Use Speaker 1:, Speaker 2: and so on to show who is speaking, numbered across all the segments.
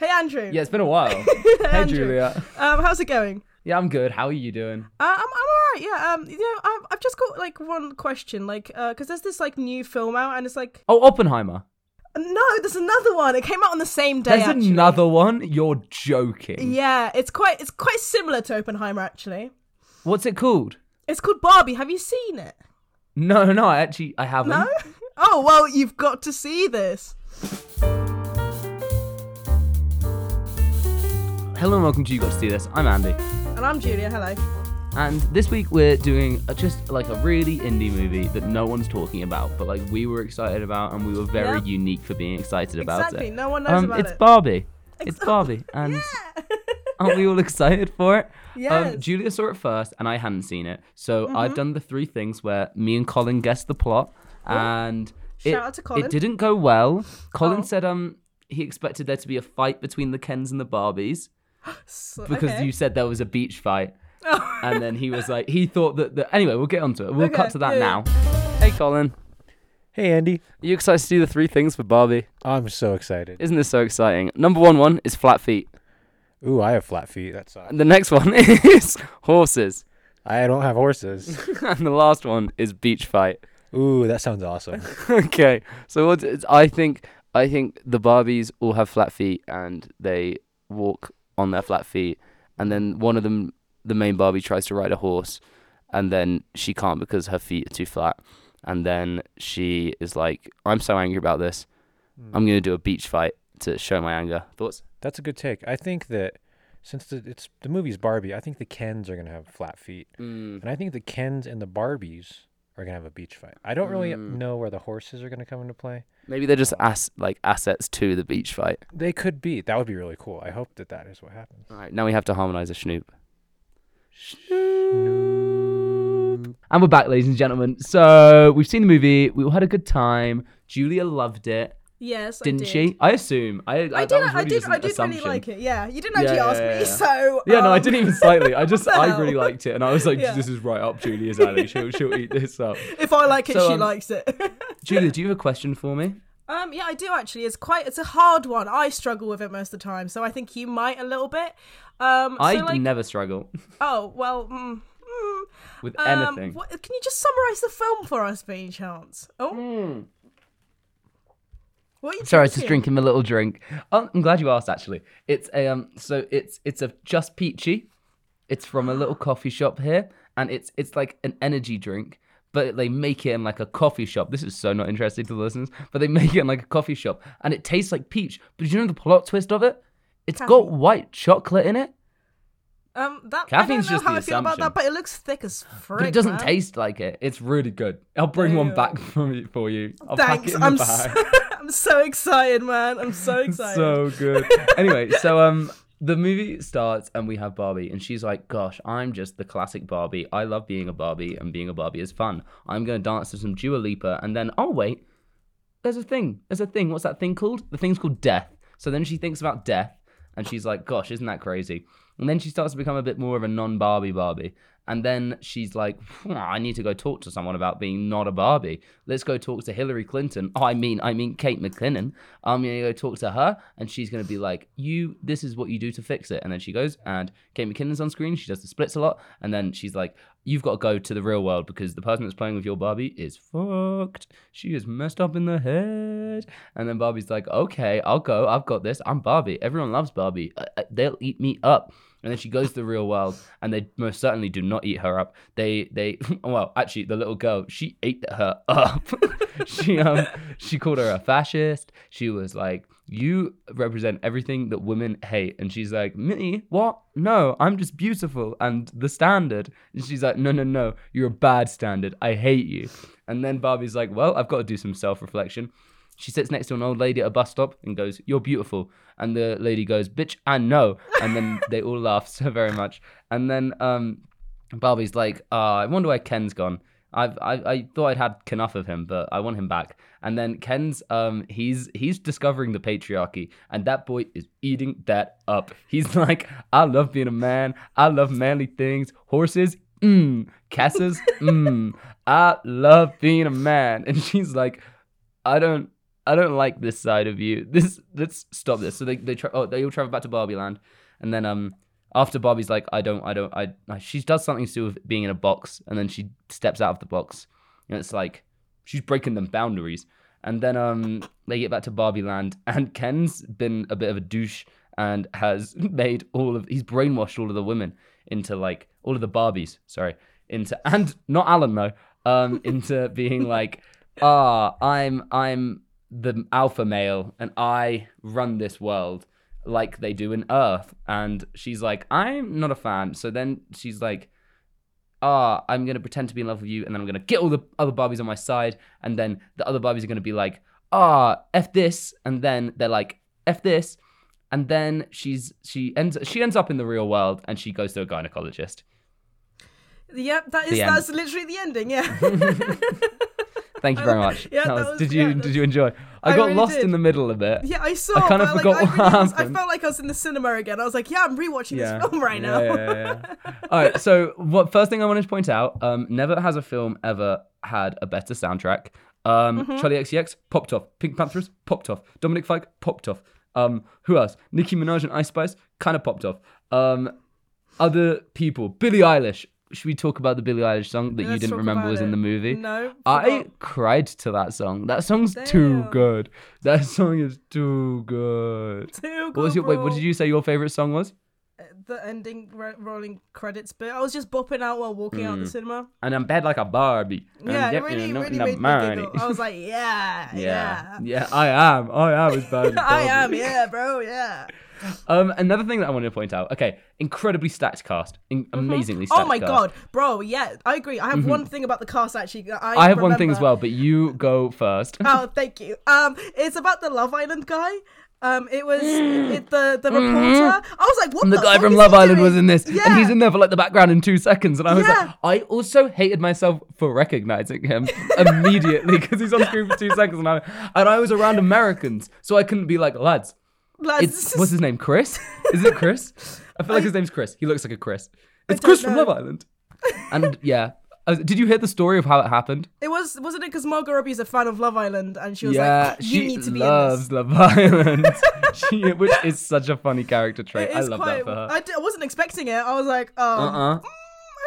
Speaker 1: Andrew.
Speaker 2: Yeah, it's been a while. hey,
Speaker 1: Andrew.
Speaker 2: Julia.
Speaker 1: Um, how's it going?
Speaker 2: Yeah, I'm good. How are you doing?
Speaker 1: Uh, I'm I'm alright. Yeah. Um, you know, I've, I've just got like one question, like, uh, because there's this like new film out, and it's like,
Speaker 2: Oh, Oppenheimer.
Speaker 1: no, there's another one. It came out on the same day.
Speaker 2: There's
Speaker 1: actually.
Speaker 2: another one. You're joking.
Speaker 1: Yeah, it's quite it's quite similar to Oppenheimer actually.
Speaker 2: What's it called?
Speaker 1: It's called Barbie. Have you seen it?
Speaker 2: No, no, I actually I haven't.
Speaker 1: No. Oh well, you've got to see this.
Speaker 2: Hello and welcome to You Got to See This. I'm Andy,
Speaker 1: And I'm Julia. Hello.
Speaker 2: and this week we're doing a, just like a really indie movie that no onene's talking about, but like we were excited about, and we were very
Speaker 1: Yeah.
Speaker 2: unique for being excited about
Speaker 1: exactly.
Speaker 2: it.
Speaker 1: No one knows
Speaker 2: Um,
Speaker 1: about
Speaker 2: it's
Speaker 1: it.
Speaker 2: Barbie. It's Barbie, and aren't we all excited for it? Um,
Speaker 1: Yes. Mm-hmm.
Speaker 2: Julia saw it first, and I hadn't seen it, so I've done the three things where me and Colin guessed the plot, and it,
Speaker 1: Shout out to Colin.
Speaker 2: it didn't go well. Colin
Speaker 1: Oh.
Speaker 2: said um he expected there to be a fight between the Kens and the Barbies
Speaker 1: So-
Speaker 2: because
Speaker 1: okay.
Speaker 2: you said there was a beach fight,
Speaker 1: Oh.
Speaker 2: and then he was like he thought that. The, anyway, we'll get onto it. We'll
Speaker 1: Okay,
Speaker 2: cut to that
Speaker 1: yeah,
Speaker 2: now. Hey, Colin,
Speaker 3: Hey Andy,
Speaker 2: are you excited to do the three things for Barbie?
Speaker 3: I'm so excited.
Speaker 2: Isn't this so exciting? Number one, one is flat feet.
Speaker 3: Ooh, I have flat feet. That's
Speaker 2: And the next one is horses.
Speaker 3: I don't have horses.
Speaker 2: and the last one is beach fight.
Speaker 3: Ooh, that sounds awesome.
Speaker 2: okay, so what it's- I think I think the Barbies all have flat feet and they walk on their flat feet, and then one of them, the main Barbie, tries to ride a horse, and then she can't because her feet are too flat, and then she is like, "I'm so angry about this, I'm gonna do a beach fight to show my anger." Thoughts?
Speaker 3: That's a good take. I think that since the, it's the movie's Barbie, I think the Kens are gonna have flat feet, and I think the Kens and the Barbies are gonna have a beach fight. I don't really
Speaker 2: Mm.
Speaker 3: know where the horses are gonna come into play.
Speaker 2: Maybe they're just ass like assets to the beach fight.
Speaker 3: They could be. That would be really cool. I hope that that is what happens.
Speaker 2: All right, now we have to harmonize a schnoop. And we're back, ladies and gentlemen. So we've seen the movie. We all had a good time. Julia loved it,
Speaker 1: yes,
Speaker 2: didn't
Speaker 1: I did.
Speaker 2: she? I assume. I, I,
Speaker 1: I
Speaker 2: that
Speaker 1: did.
Speaker 2: was
Speaker 1: I
Speaker 2: really
Speaker 1: did.
Speaker 2: just an
Speaker 1: I did really
Speaker 2: assumption.
Speaker 1: like it. Yeah, you didn't
Speaker 2: Yeah,
Speaker 1: actually
Speaker 2: yeah,
Speaker 1: ask
Speaker 2: yeah,
Speaker 1: me,
Speaker 2: yeah.
Speaker 1: so
Speaker 2: Yeah, no, I
Speaker 1: um,
Speaker 2: didn't even slightly. I just,
Speaker 1: What the
Speaker 2: I
Speaker 1: hell?
Speaker 2: really liked it, and I was like,
Speaker 1: Yeah.
Speaker 2: "This is right up Julia's alley. She'll, she'll eat this up."
Speaker 1: If I like it,
Speaker 2: So,
Speaker 1: she
Speaker 2: um,
Speaker 1: likes it.
Speaker 2: Julia, do you have a question for me?
Speaker 1: um, yeah, I do actually. It's quite. It's a hard one. I struggle with it most of the time, so I think you might a little bit. Um,
Speaker 2: I
Speaker 1: so, like,
Speaker 2: never struggle
Speaker 1: oh well. Mm, mm,
Speaker 2: with
Speaker 1: um,
Speaker 2: anything.
Speaker 1: what, can you just summarize the film for us, by any chance? Oh, what are you?
Speaker 2: Sorry, I was just
Speaker 1: drinking?
Speaker 2: drinking my little drink. Oh, I'm glad you asked. Actually, it's a um, so it's it's a just peachy. It's from a little coffee shop here, and it's it's like an energy drink, but they make it in like a coffee shop. This is so not interesting to the listeners, but they make it in like a coffee shop, and it tastes like peach. But do you know the plot twist of it? It's got
Speaker 1: Caffeine.
Speaker 2: white chocolate in it,
Speaker 1: Um, that
Speaker 2: Caffeine's
Speaker 1: I don't
Speaker 2: just
Speaker 1: know how I
Speaker 2: the
Speaker 1: feel about
Speaker 2: assumption.
Speaker 1: that, but it looks thick as frick.
Speaker 2: but it doesn't
Speaker 1: man.
Speaker 2: taste like it. It's really good. I'll bring one
Speaker 1: Ew.
Speaker 2: back for you. For you. I'll pack
Speaker 1: Thanks.
Speaker 2: it in
Speaker 1: I'm
Speaker 2: the bag.
Speaker 1: so, I'm so excited, man. I'm so excited.
Speaker 2: so good. anyway, so um the movie starts and we have Barbie and she's like, "Gosh, I'm just the classic Barbie. I love being a Barbie and being a Barbie is fun. I'm going to dance to some Dua Lipa and then oh wait, there's a thing. There's a thing. What's that thing called? The thing's called death. So then she thinks about death and she's like, gosh, isn't that crazy? And then she starts to become a bit more of a non Barbie Barbie. And then she's like, "Hmm, I need to go talk to someone about being not a Barbie. Let's go talk to Hillary Clinton. Oh, I mean, I mean Kate McKinnon. I'm gonna go talk to her, and she's gonna be like, "You, this is what you do to fix it." And then she goes, and Kate McKinnon's on screen. She does the splits a lot, and then she's like, "You've got to go to the real world because the person that's playing with your Barbie is fucked. She is messed up in the head." And then Barbie's like, "Okay, I'll go. I've got this. I'm Barbie. Everyone loves Barbie. Uh, uh, they'll eat me up." And then she goes to the real world, and they most certainly do not eat her up. They, they, well, actually, the little girl, she ate her up. she, um, she called her a fascist. She was like, "You represent everything that women hate," and she's like, "Me? What? No, I'm just beautiful and the standard." And she's like, "No, no, no, you're a bad standard. I hate you." And then Barbie's like, "Well, I've got to do some self-reflection." She sits next to an old lady at a bus stop and goes, "You're beautiful," and the lady goes, "Bitch, I know." And then they all laugh so very much. And then um, Barbie's like, "Ah, I wonder where Ken's gone. I've, I I thought I'd had enough of him, but I want him back." And then Ken's um, he's he's discovering the patriarchy, and that boy is eating that up. He's like, "I love being a man. I love manly things. Horses." Mmm, Casses, Mm. mmm, I love being a man. And she's like, I don't. I I don't like this side of you. This let's stop this. So they they tra- oh they all travel back to Barbie Land, and then um after Barbie's like I don't I don't I, I she does something to do with being in a box, and then she steps out of the box, and it's like she's breaking them boundaries. And then um they get back to Barbie Land, and Ken's been a bit of a douche and has made all of he's brainwashed all of the women into like all of the Barbies, sorry, into and not Alan though, um, into being like, ah, I'm I'm the alpha male and I run this world like they do in Earth. And she's like, I'm not a fan. So then she's like, ah, I'm gonna pretend to be in love with you, and then I'm gonna get all the other Barbies on my side, and then the other Barbies are gonna be like, ah, f this, and then they're like, f this, and then she's she ends she ends up in the real world, and she goes to a gynecologist.
Speaker 1: Yep, that is
Speaker 2: end.
Speaker 1: that's literally the ending. Yeah.
Speaker 2: Thank you very much.
Speaker 1: Yeah,
Speaker 2: That
Speaker 1: that
Speaker 2: was-
Speaker 1: was-
Speaker 2: did you
Speaker 1: yeah, that-
Speaker 2: did you enjoy? I,
Speaker 1: I
Speaker 2: got
Speaker 1: really
Speaker 2: lost
Speaker 1: did.
Speaker 2: in the middle of it.
Speaker 1: Yeah, I saw.
Speaker 2: I kind of
Speaker 1: but, like,
Speaker 2: forgot
Speaker 1: I
Speaker 2: what
Speaker 1: really was-
Speaker 2: happened.
Speaker 1: I felt like I was in the cinema again. I was like, yeah, I'm rewatching this film right
Speaker 2: Yeah,
Speaker 1: now.
Speaker 2: yeah, yeah, yeah. All right. So, what first thing I wanted to point out: um, never has a film ever had a better soundtrack. Um,
Speaker 1: Mm-hmm.
Speaker 2: Charlie XCX popped off. Pink Panthers popped off. Dominic Fike popped off. Um, who else? Nicki Minaj and Ice Spice kind of popped off. Um, other people. Billie Eilish. Should we talk about the Billie Eilish song that you
Speaker 1: Let's
Speaker 2: didn't
Speaker 1: talk
Speaker 2: remember
Speaker 1: about
Speaker 2: was in
Speaker 1: it.
Speaker 2: the movie?
Speaker 1: No,
Speaker 2: I
Speaker 1: forgot.
Speaker 2: cried to that song. That song's too
Speaker 1: Damn.
Speaker 2: good. That song is too good.
Speaker 1: Too
Speaker 2: What was your wait? What did you say your favorite song was?
Speaker 1: The ending ro- rolling credits bit. I was just bopping out while walking out of the cinema.
Speaker 2: and I'm bad like a Barbie. Hmm. And
Speaker 1: Yeah,
Speaker 2: I'm
Speaker 1: it
Speaker 2: definitely
Speaker 1: really,
Speaker 2: not
Speaker 1: really
Speaker 2: enough
Speaker 1: made me
Speaker 2: money.
Speaker 1: giggle. I was like, yeah,
Speaker 2: yeah.
Speaker 1: yeah.
Speaker 2: yeah, I am. I am as bad as
Speaker 1: I
Speaker 2: Barbie.
Speaker 1: am, yeah, bro, yeah.
Speaker 2: Um, another thing that I wanted to point out. Okay, incredibly stacked cast, in- amazingly stacked.
Speaker 1: Oh my
Speaker 2: cast.
Speaker 1: god, bro, yeah, I agree. I have one thing about the cast actually. that I,
Speaker 2: Mm-hmm. I have one thing as
Speaker 1: remember.
Speaker 2: well, but you go first.
Speaker 1: oh, thank you. Um, it's about the Love Island guy. Um, it was it, the the reporter. I was like, what?
Speaker 2: Mm. Mm-hmm. the
Speaker 1: the,
Speaker 2: guy
Speaker 1: fuck
Speaker 2: from
Speaker 1: is
Speaker 2: Love
Speaker 1: he
Speaker 2: Island
Speaker 1: doing?
Speaker 2: was in this,
Speaker 1: Yeah.
Speaker 2: and he's in there for like the background in two seconds, and I was
Speaker 1: Yeah.
Speaker 2: like, I also hated myself for recognizing him immediately because he's on screen for two seconds, and I and I was around Americans, so I couldn't be like, lads,
Speaker 1: Lads, this
Speaker 2: it's
Speaker 1: is-
Speaker 2: what's his name, Chris? Is it Chris? I feel like his name's Chris. He looks like a Chris. It's
Speaker 1: don't
Speaker 2: Chris from
Speaker 1: know.
Speaker 2: Love Island. And yeah, Uh, did you hear the story of how it happened?
Speaker 1: it was wasn't it because Margot Robbie's a fan of Love Island and she was like, you
Speaker 2: she
Speaker 1: need to be in this.
Speaker 2: loves Love Island, she, which is such a funny character trait.
Speaker 1: It
Speaker 2: I
Speaker 1: is
Speaker 2: love
Speaker 1: quite,
Speaker 2: that for her.
Speaker 1: I, d- I wasn't expecting it. I was like, oh,
Speaker 2: uh uh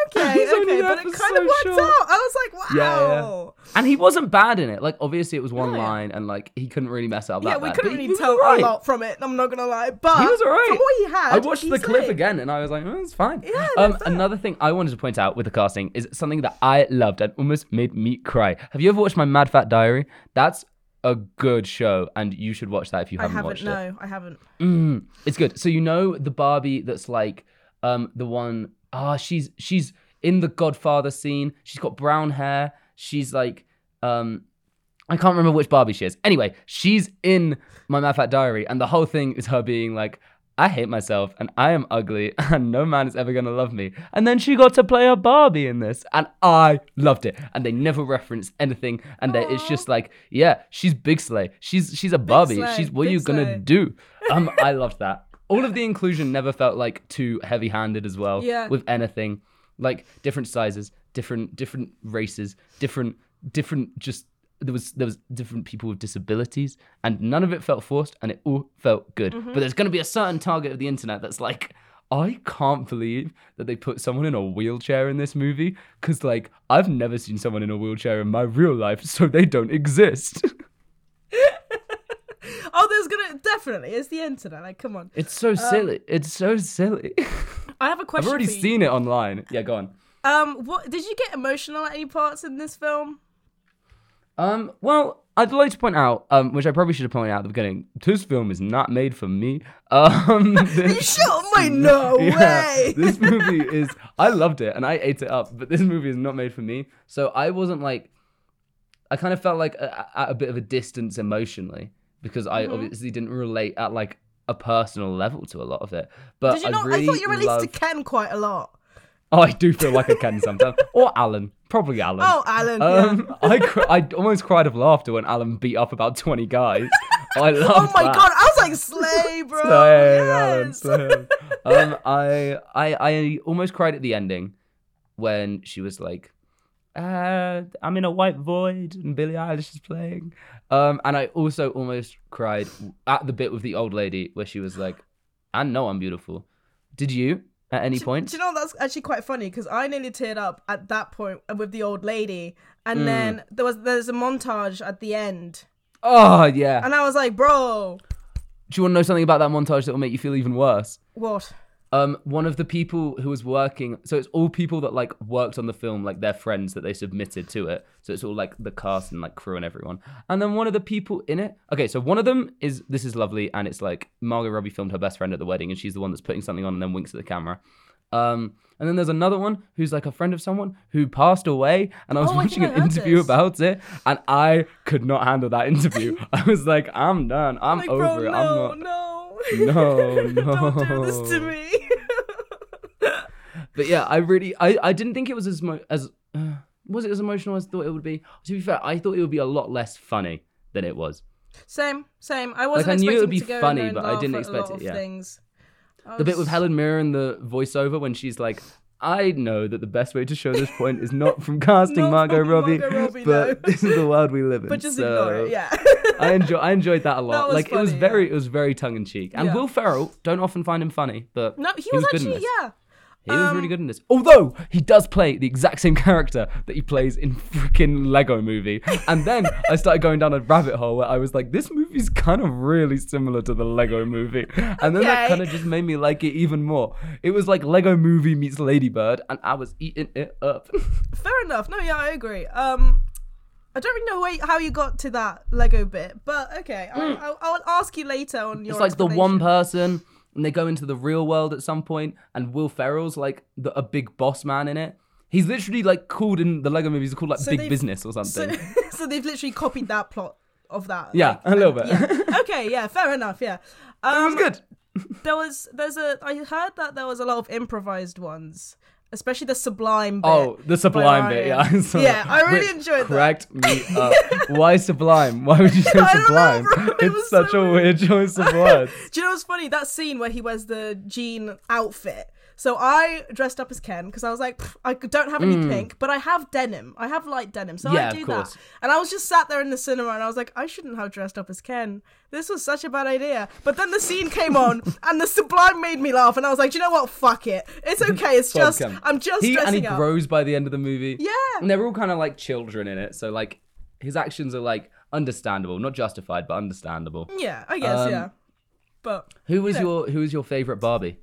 Speaker 1: okay,
Speaker 2: He's only
Speaker 1: okay,
Speaker 2: there
Speaker 1: but it
Speaker 2: for
Speaker 1: kind
Speaker 2: so
Speaker 1: of worked
Speaker 2: short.
Speaker 1: out. I was like,
Speaker 2: Yeah, yeah.
Speaker 1: wow.
Speaker 2: And he wasn't bad in it. Like obviously it was one
Speaker 1: No.
Speaker 2: line, and like he couldn't really mess it up.
Speaker 1: Yeah,
Speaker 2: that
Speaker 1: we
Speaker 2: bad,
Speaker 1: couldn't
Speaker 2: but he
Speaker 1: really
Speaker 2: was
Speaker 1: tell
Speaker 2: alright.
Speaker 1: a lot from it. I'm not gonna lie, but
Speaker 2: He was alright.
Speaker 1: From what he had,
Speaker 2: I watched the
Speaker 1: he's
Speaker 2: clip
Speaker 1: like-
Speaker 2: again and I was like, oh, it's fine.
Speaker 1: Yeah,
Speaker 2: um,
Speaker 1: that's it.
Speaker 2: another thing I wanted to point out with the casting is something that I loved and almost made me cry. Have you ever watched my Mad Fat Diary? That's a good show, and you should watch that if you
Speaker 1: I
Speaker 2: haven't,
Speaker 1: haven't.
Speaker 2: watched it.
Speaker 1: No, I haven't.
Speaker 2: Mm, it's good. So you know the Barbie that's like um the one ah she's she's in the Godfather scene. She's got brown hair. She's like um I can't remember which Barbie she is. Anyway, she's in my Mad Fat Diary, and the whole thing is her being like, I hate myself and I am ugly and no man is ever gonna love me. And then she got to play a Barbie in this, and I loved it. And they never referenced anything, and they, it's just like, yeah, she's Big Slay. She's she's a Barbie.
Speaker 1: Slay,
Speaker 2: She's what are
Speaker 1: Big
Speaker 2: you gonna
Speaker 1: Slay.
Speaker 2: do? Um, I loved that. All of the inclusion never felt like too heavy-handed as well.
Speaker 1: Yeah.
Speaker 2: With anything, like different sizes, different different races, different different just there was there was different people with disabilities, and none of it felt forced, and it all felt good. But there's going to be a certain target of the internet that's like. I can't believe that they put someone in a wheelchair in this movie because, like, I've never seen someone in a wheelchair in my real life, so they don't exist.
Speaker 1: Oh, there's gonna definitely. It's the internet. Like, come on.
Speaker 2: It's so silly. It's so silly.
Speaker 1: I have a
Speaker 2: I've
Speaker 1: question.
Speaker 2: already
Speaker 1: for you.
Speaker 2: seen it online. Yeah, go on.
Speaker 1: Um, what did you get emotional at any parts in this film?
Speaker 2: Um, well, I'd like to point out, um, which I probably should have pointed out at the beginning, this film is not made for me. Um,
Speaker 1: You
Speaker 2: this,
Speaker 1: sure? Oh My no way.
Speaker 2: this movie is. I loved it and I ate it up, but this movie is not made for me. So I wasn't like. I kind of felt like a, at a bit of a distance emotionally because I
Speaker 1: Mm-hmm.
Speaker 2: obviously didn't relate at like a personal level to a lot of it. But
Speaker 1: Did you
Speaker 2: I
Speaker 1: not?
Speaker 2: really
Speaker 1: I thought you released
Speaker 2: loved...
Speaker 1: to Ken quite a lot.
Speaker 2: Oh, I do feel like I can sometimes. or Alan, probably Alan.
Speaker 1: Oh, Alan. yeah.
Speaker 2: Um, I cr- I almost cried of laughter when Alan beat up about twenty guys. I
Speaker 1: Oh
Speaker 2: love.
Speaker 1: my
Speaker 2: that.
Speaker 1: god! I was like, slay, bro.
Speaker 2: Slay, Alan,
Speaker 1: yes.
Speaker 2: slay. Um, I I I almost cried at the ending when she was like, uh, I'm in a white void and Billie Eilish is playing. Um, and I also almost cried at the bit with the old lady where she was like, I know I'm beautiful. Did you at any point?
Speaker 1: Do you know that's actually quite funny because I nearly teared up at that point with the old lady, and
Speaker 2: Hmm.
Speaker 1: then there was there's a montage at the end,
Speaker 2: oh, yeah.
Speaker 1: and I was like, bro,
Speaker 2: Do you want to know something about that montage that will make you feel even worse?
Speaker 1: what?
Speaker 2: Um, one of the people who was working, so it's all people that like worked on the film, like their friends that they submitted to it. So it's all like the cast and like crew and everyone. And then one of the people in it, okay, so one of them is this is lovely, and it's like Margot Robbie filmed her best friend at the wedding, and she's the one that's putting something on and then winks at the camera. Um, and then there's another one who's like a friend of someone who passed away, and I was
Speaker 1: Oh, I
Speaker 2: watching
Speaker 1: think
Speaker 2: an
Speaker 1: I heard
Speaker 2: interview
Speaker 1: this.
Speaker 2: about it, and I could not handle that interview. I was like, I'm done, I'm
Speaker 1: Like,
Speaker 2: over
Speaker 1: bro,
Speaker 2: it,
Speaker 1: no,
Speaker 2: I'm not.
Speaker 1: no,
Speaker 2: No,
Speaker 1: don't do this to
Speaker 2: no.
Speaker 1: me.
Speaker 2: But yeah, I really, I, I didn't think it was as mo- as uh, was it as emotional as I thought it would be. To be fair, I thought it would be a lot less funny than it was.
Speaker 1: same, same. I wasn't
Speaker 2: I knew it
Speaker 1: expecting
Speaker 2: would be
Speaker 1: to go in
Speaker 2: funny,
Speaker 1: there and
Speaker 2: but I
Speaker 1: laugh
Speaker 2: didn't
Speaker 1: at
Speaker 2: expect
Speaker 1: a lot
Speaker 2: it,
Speaker 1: of
Speaker 2: yeah.
Speaker 1: Things. Oh, I
Speaker 2: The bit with
Speaker 1: was-
Speaker 2: Helen Mirren, the voiceover, when she's like, "I know that the best way to show this point is not from casting
Speaker 1: Not
Speaker 2: Margot,
Speaker 1: from
Speaker 2: Robbie,
Speaker 1: Margot Robbie,
Speaker 2: but
Speaker 1: no."
Speaker 2: this is the world we live in."
Speaker 1: But just
Speaker 2: so
Speaker 1: ignore it. Yeah.
Speaker 2: I enjoy, I enjoyed that a lot.
Speaker 1: was
Speaker 2: like it was
Speaker 1: funny,
Speaker 2: very, it was very tongue in cheek. And
Speaker 1: Yeah.
Speaker 2: Will Ferrell, don't often find him funny, but
Speaker 1: no, he
Speaker 2: was,
Speaker 1: was
Speaker 2: good in
Speaker 1: actually
Speaker 2: this.
Speaker 1: yeah.
Speaker 2: He was
Speaker 1: Um,
Speaker 2: really good in this. Although he does play the exact same character that he plays in freaking Lego movie. And then I started going down a rabbit hole where I was like, this movie's kind of really similar to the Lego movie. And then that
Speaker 1: Okay.
Speaker 2: kind of just made me like it even more. It was like Lego movie meets Ladybird, and I was eating it up.
Speaker 1: Fair enough. No, yeah, I agree. Um, I don't really know where, how you got to that Lego bit, but okay, I, I, I'll ask you later on your.
Speaker 2: Hmm. it's like the one
Speaker 1: explanation.
Speaker 2: person, and they go into the real world at some point, and Will Ferrell's like the, a big boss man in it. He's literally like called in the Lego movies, called like
Speaker 1: So
Speaker 2: Big
Speaker 1: they've-
Speaker 2: Business or something.
Speaker 1: So, so they've literally copied that plot of that.
Speaker 2: yeah,
Speaker 1: like,
Speaker 2: a little bit.
Speaker 1: yeah. Okay, yeah, fair enough. Yeah,
Speaker 2: it
Speaker 1: um,
Speaker 2: was good.
Speaker 1: there was there's a I heard that there was a lot of improvised ones, especially the sublime. Bit.
Speaker 2: Oh, the sublime
Speaker 1: by
Speaker 2: bit. Yeah,
Speaker 1: Ryan.
Speaker 2: I saw
Speaker 1: Yeah,
Speaker 2: that,
Speaker 1: I really
Speaker 2: which
Speaker 1: enjoyed that.
Speaker 2: Cracked me up. Why sublime? Why would you say
Speaker 1: I don't know,
Speaker 2: sublime?
Speaker 1: bro, it
Speaker 2: it's
Speaker 1: was
Speaker 2: such
Speaker 1: so
Speaker 2: a weird choice of words.
Speaker 1: Do you know what's funny? That scene where he wears the jean outfit. So I dressed up as Ken because I was like, "Pff, I don't have any pink, but I have denim. I have light denim, so
Speaker 2: Mm. Yeah,
Speaker 1: I
Speaker 2: of
Speaker 1: do
Speaker 2: course.
Speaker 1: that. And I was just sat there in the cinema, and I was like, I shouldn't have dressed up as Ken. This was such a bad idea. But then the scene came on, and the sublime made me laugh, and I was like, do you know what? Fuck it. It's okay. It's just
Speaker 2: Ken.
Speaker 1: I'm just
Speaker 2: He and
Speaker 1: dressing
Speaker 2: he
Speaker 1: up.
Speaker 2: grows by the end of the movie.
Speaker 1: Yeah.
Speaker 2: and they're all kind of like children in it. So like, his actions are like understandable, not justified, but understandable.
Speaker 1: yeah, I guess
Speaker 2: Um,
Speaker 1: yeah. But
Speaker 2: Who was
Speaker 1: know.
Speaker 2: your Who was your favorite Barbie?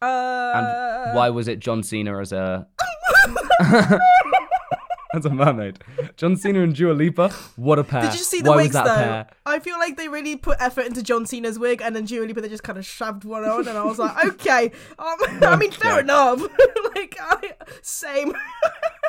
Speaker 2: And
Speaker 1: uh,
Speaker 2: why was it John Cena as a as a mermaid? John Cena and Dua Lipa. What a pair!
Speaker 1: Did you see the
Speaker 2: why
Speaker 1: wigs
Speaker 2: was that
Speaker 1: though?
Speaker 2: a pair?
Speaker 1: I feel like they really put effort into John Cena's wig, and then Dua Lipa they just kind of shoved one on, and I was like, okay. Um, I mean, fair
Speaker 2: Okay.
Speaker 1: enough. like, I, same.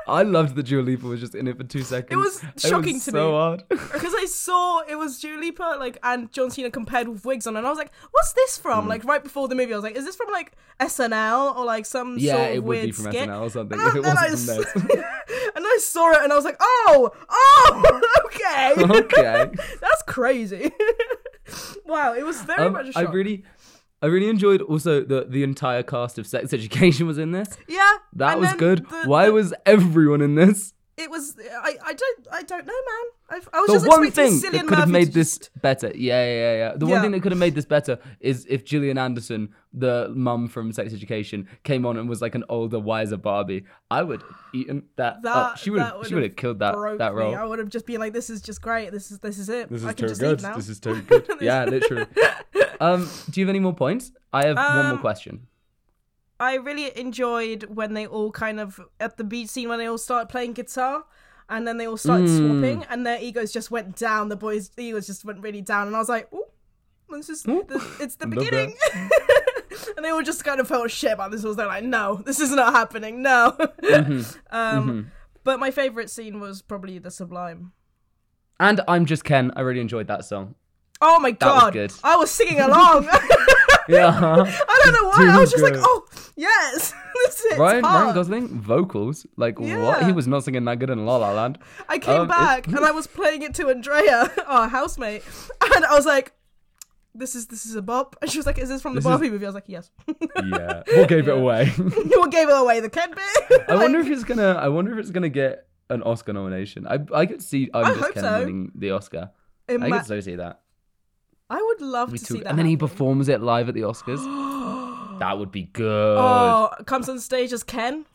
Speaker 2: I loved that Dua Lipa was just in it for two seconds.
Speaker 1: was shocking to
Speaker 2: so
Speaker 1: me.
Speaker 2: odd.
Speaker 1: Because I saw it was Dua Lipa, like, and John Cena compared with wigs on, and I was like, what's this from?
Speaker 2: Hmm.
Speaker 1: Like, right before the movie, I was like, is this from like SNL or like some
Speaker 2: yeah,
Speaker 1: sort of
Speaker 2: it would
Speaker 1: weird
Speaker 2: be from
Speaker 1: skit?
Speaker 2: SNL or something
Speaker 1: And
Speaker 2: if
Speaker 1: I,
Speaker 2: it
Speaker 1: and, I
Speaker 2: wasn't from
Speaker 1: s-
Speaker 2: this.
Speaker 1: and I saw it and I was like, oh, oh, okay.
Speaker 2: okay.
Speaker 1: That's crazy. wow, it was very
Speaker 2: Um,
Speaker 1: much a
Speaker 2: I
Speaker 1: shock.
Speaker 2: really, I really enjoyed also the the entire cast of Sex Education was in this.
Speaker 1: Yeah,
Speaker 2: That
Speaker 1: and
Speaker 2: was
Speaker 1: then
Speaker 2: good.
Speaker 1: the-
Speaker 2: Why
Speaker 1: the-
Speaker 2: was everyone in this?
Speaker 1: it was? I, I don't I don't know, man. I, I was
Speaker 2: The
Speaker 1: just
Speaker 2: one
Speaker 1: expecting
Speaker 2: thing
Speaker 1: Cillian
Speaker 2: that could
Speaker 1: Murphy
Speaker 2: have
Speaker 1: to
Speaker 2: made this
Speaker 1: just-
Speaker 2: better, yeah, yeah, yeah, yeah. The one
Speaker 1: Yeah.
Speaker 2: thing that could have made this better is if Gillian Anderson, the mum from Sex Education, came on and was like an older, wiser Barbie. I would have eaten that. up.
Speaker 1: That-
Speaker 2: Oh, She would
Speaker 1: that
Speaker 2: have.
Speaker 1: would
Speaker 2: She would
Speaker 1: have
Speaker 2: have killed that
Speaker 1: broke
Speaker 2: that role.
Speaker 1: Me. I would have just been like, "This is just great. This is this is it.
Speaker 3: This
Speaker 1: I
Speaker 3: is
Speaker 1: can
Speaker 3: too
Speaker 1: just leave
Speaker 3: good.
Speaker 1: now."
Speaker 3: This is too good.
Speaker 2: yeah, literally. Um, do you have any more points? I have one more
Speaker 1: Um,
Speaker 2: question.
Speaker 1: I really enjoyed when they all kind of at the beach scene when they all started playing guitar. And then they all started
Speaker 2: Hmm.
Speaker 1: swapping, and their egos just went down. The boys' egos just went really down, and I was like, "Ooh, this is this, it's the
Speaker 2: Love that.
Speaker 1: beginning." and they all just kind of felt shit about this. Was they're like, "No, this is not happening. No."
Speaker 2: Mm-hmm.
Speaker 1: um, But my favorite scene was probably the Sublime.
Speaker 2: And I'm just Ken. I really enjoyed that song.
Speaker 1: Oh my
Speaker 2: was
Speaker 1: god,
Speaker 2: good.
Speaker 1: I was singing along.
Speaker 2: Yeah.
Speaker 1: I don't know why. I
Speaker 2: too
Speaker 1: was just
Speaker 2: good.
Speaker 1: like, "Oh yes, this is
Speaker 2: Ryan, Ryan
Speaker 1: hard."
Speaker 2: Gosling vocals like what?
Speaker 1: Yeah.
Speaker 2: He was not singing that good in La La Land.
Speaker 1: I came
Speaker 2: Um, it-
Speaker 1: back and I was playing it to Andrea, our housemate, and I was like, this is this is a bop. And she was like, is this from the
Speaker 2: This is-
Speaker 1: Barbie movie? I was like, yes.
Speaker 2: yeah. What gave it away?
Speaker 1: what gave it away? The Ken bit.
Speaker 2: I
Speaker 1: Like,
Speaker 2: wonder if it's gonna. I wonder if it's gonna get an Oscar nomination. I I could see. I'm
Speaker 1: I
Speaker 2: just
Speaker 1: hope
Speaker 2: Ken
Speaker 1: so.
Speaker 2: winning the Oscar.
Speaker 1: it
Speaker 2: I
Speaker 1: ma-
Speaker 2: could so see that.
Speaker 1: I would love
Speaker 2: We
Speaker 1: to
Speaker 2: took-
Speaker 1: see that.
Speaker 2: and then he
Speaker 1: happen.
Speaker 2: performs it live at the Oscars. that would be good.
Speaker 1: Oh, comes on stage as Ken,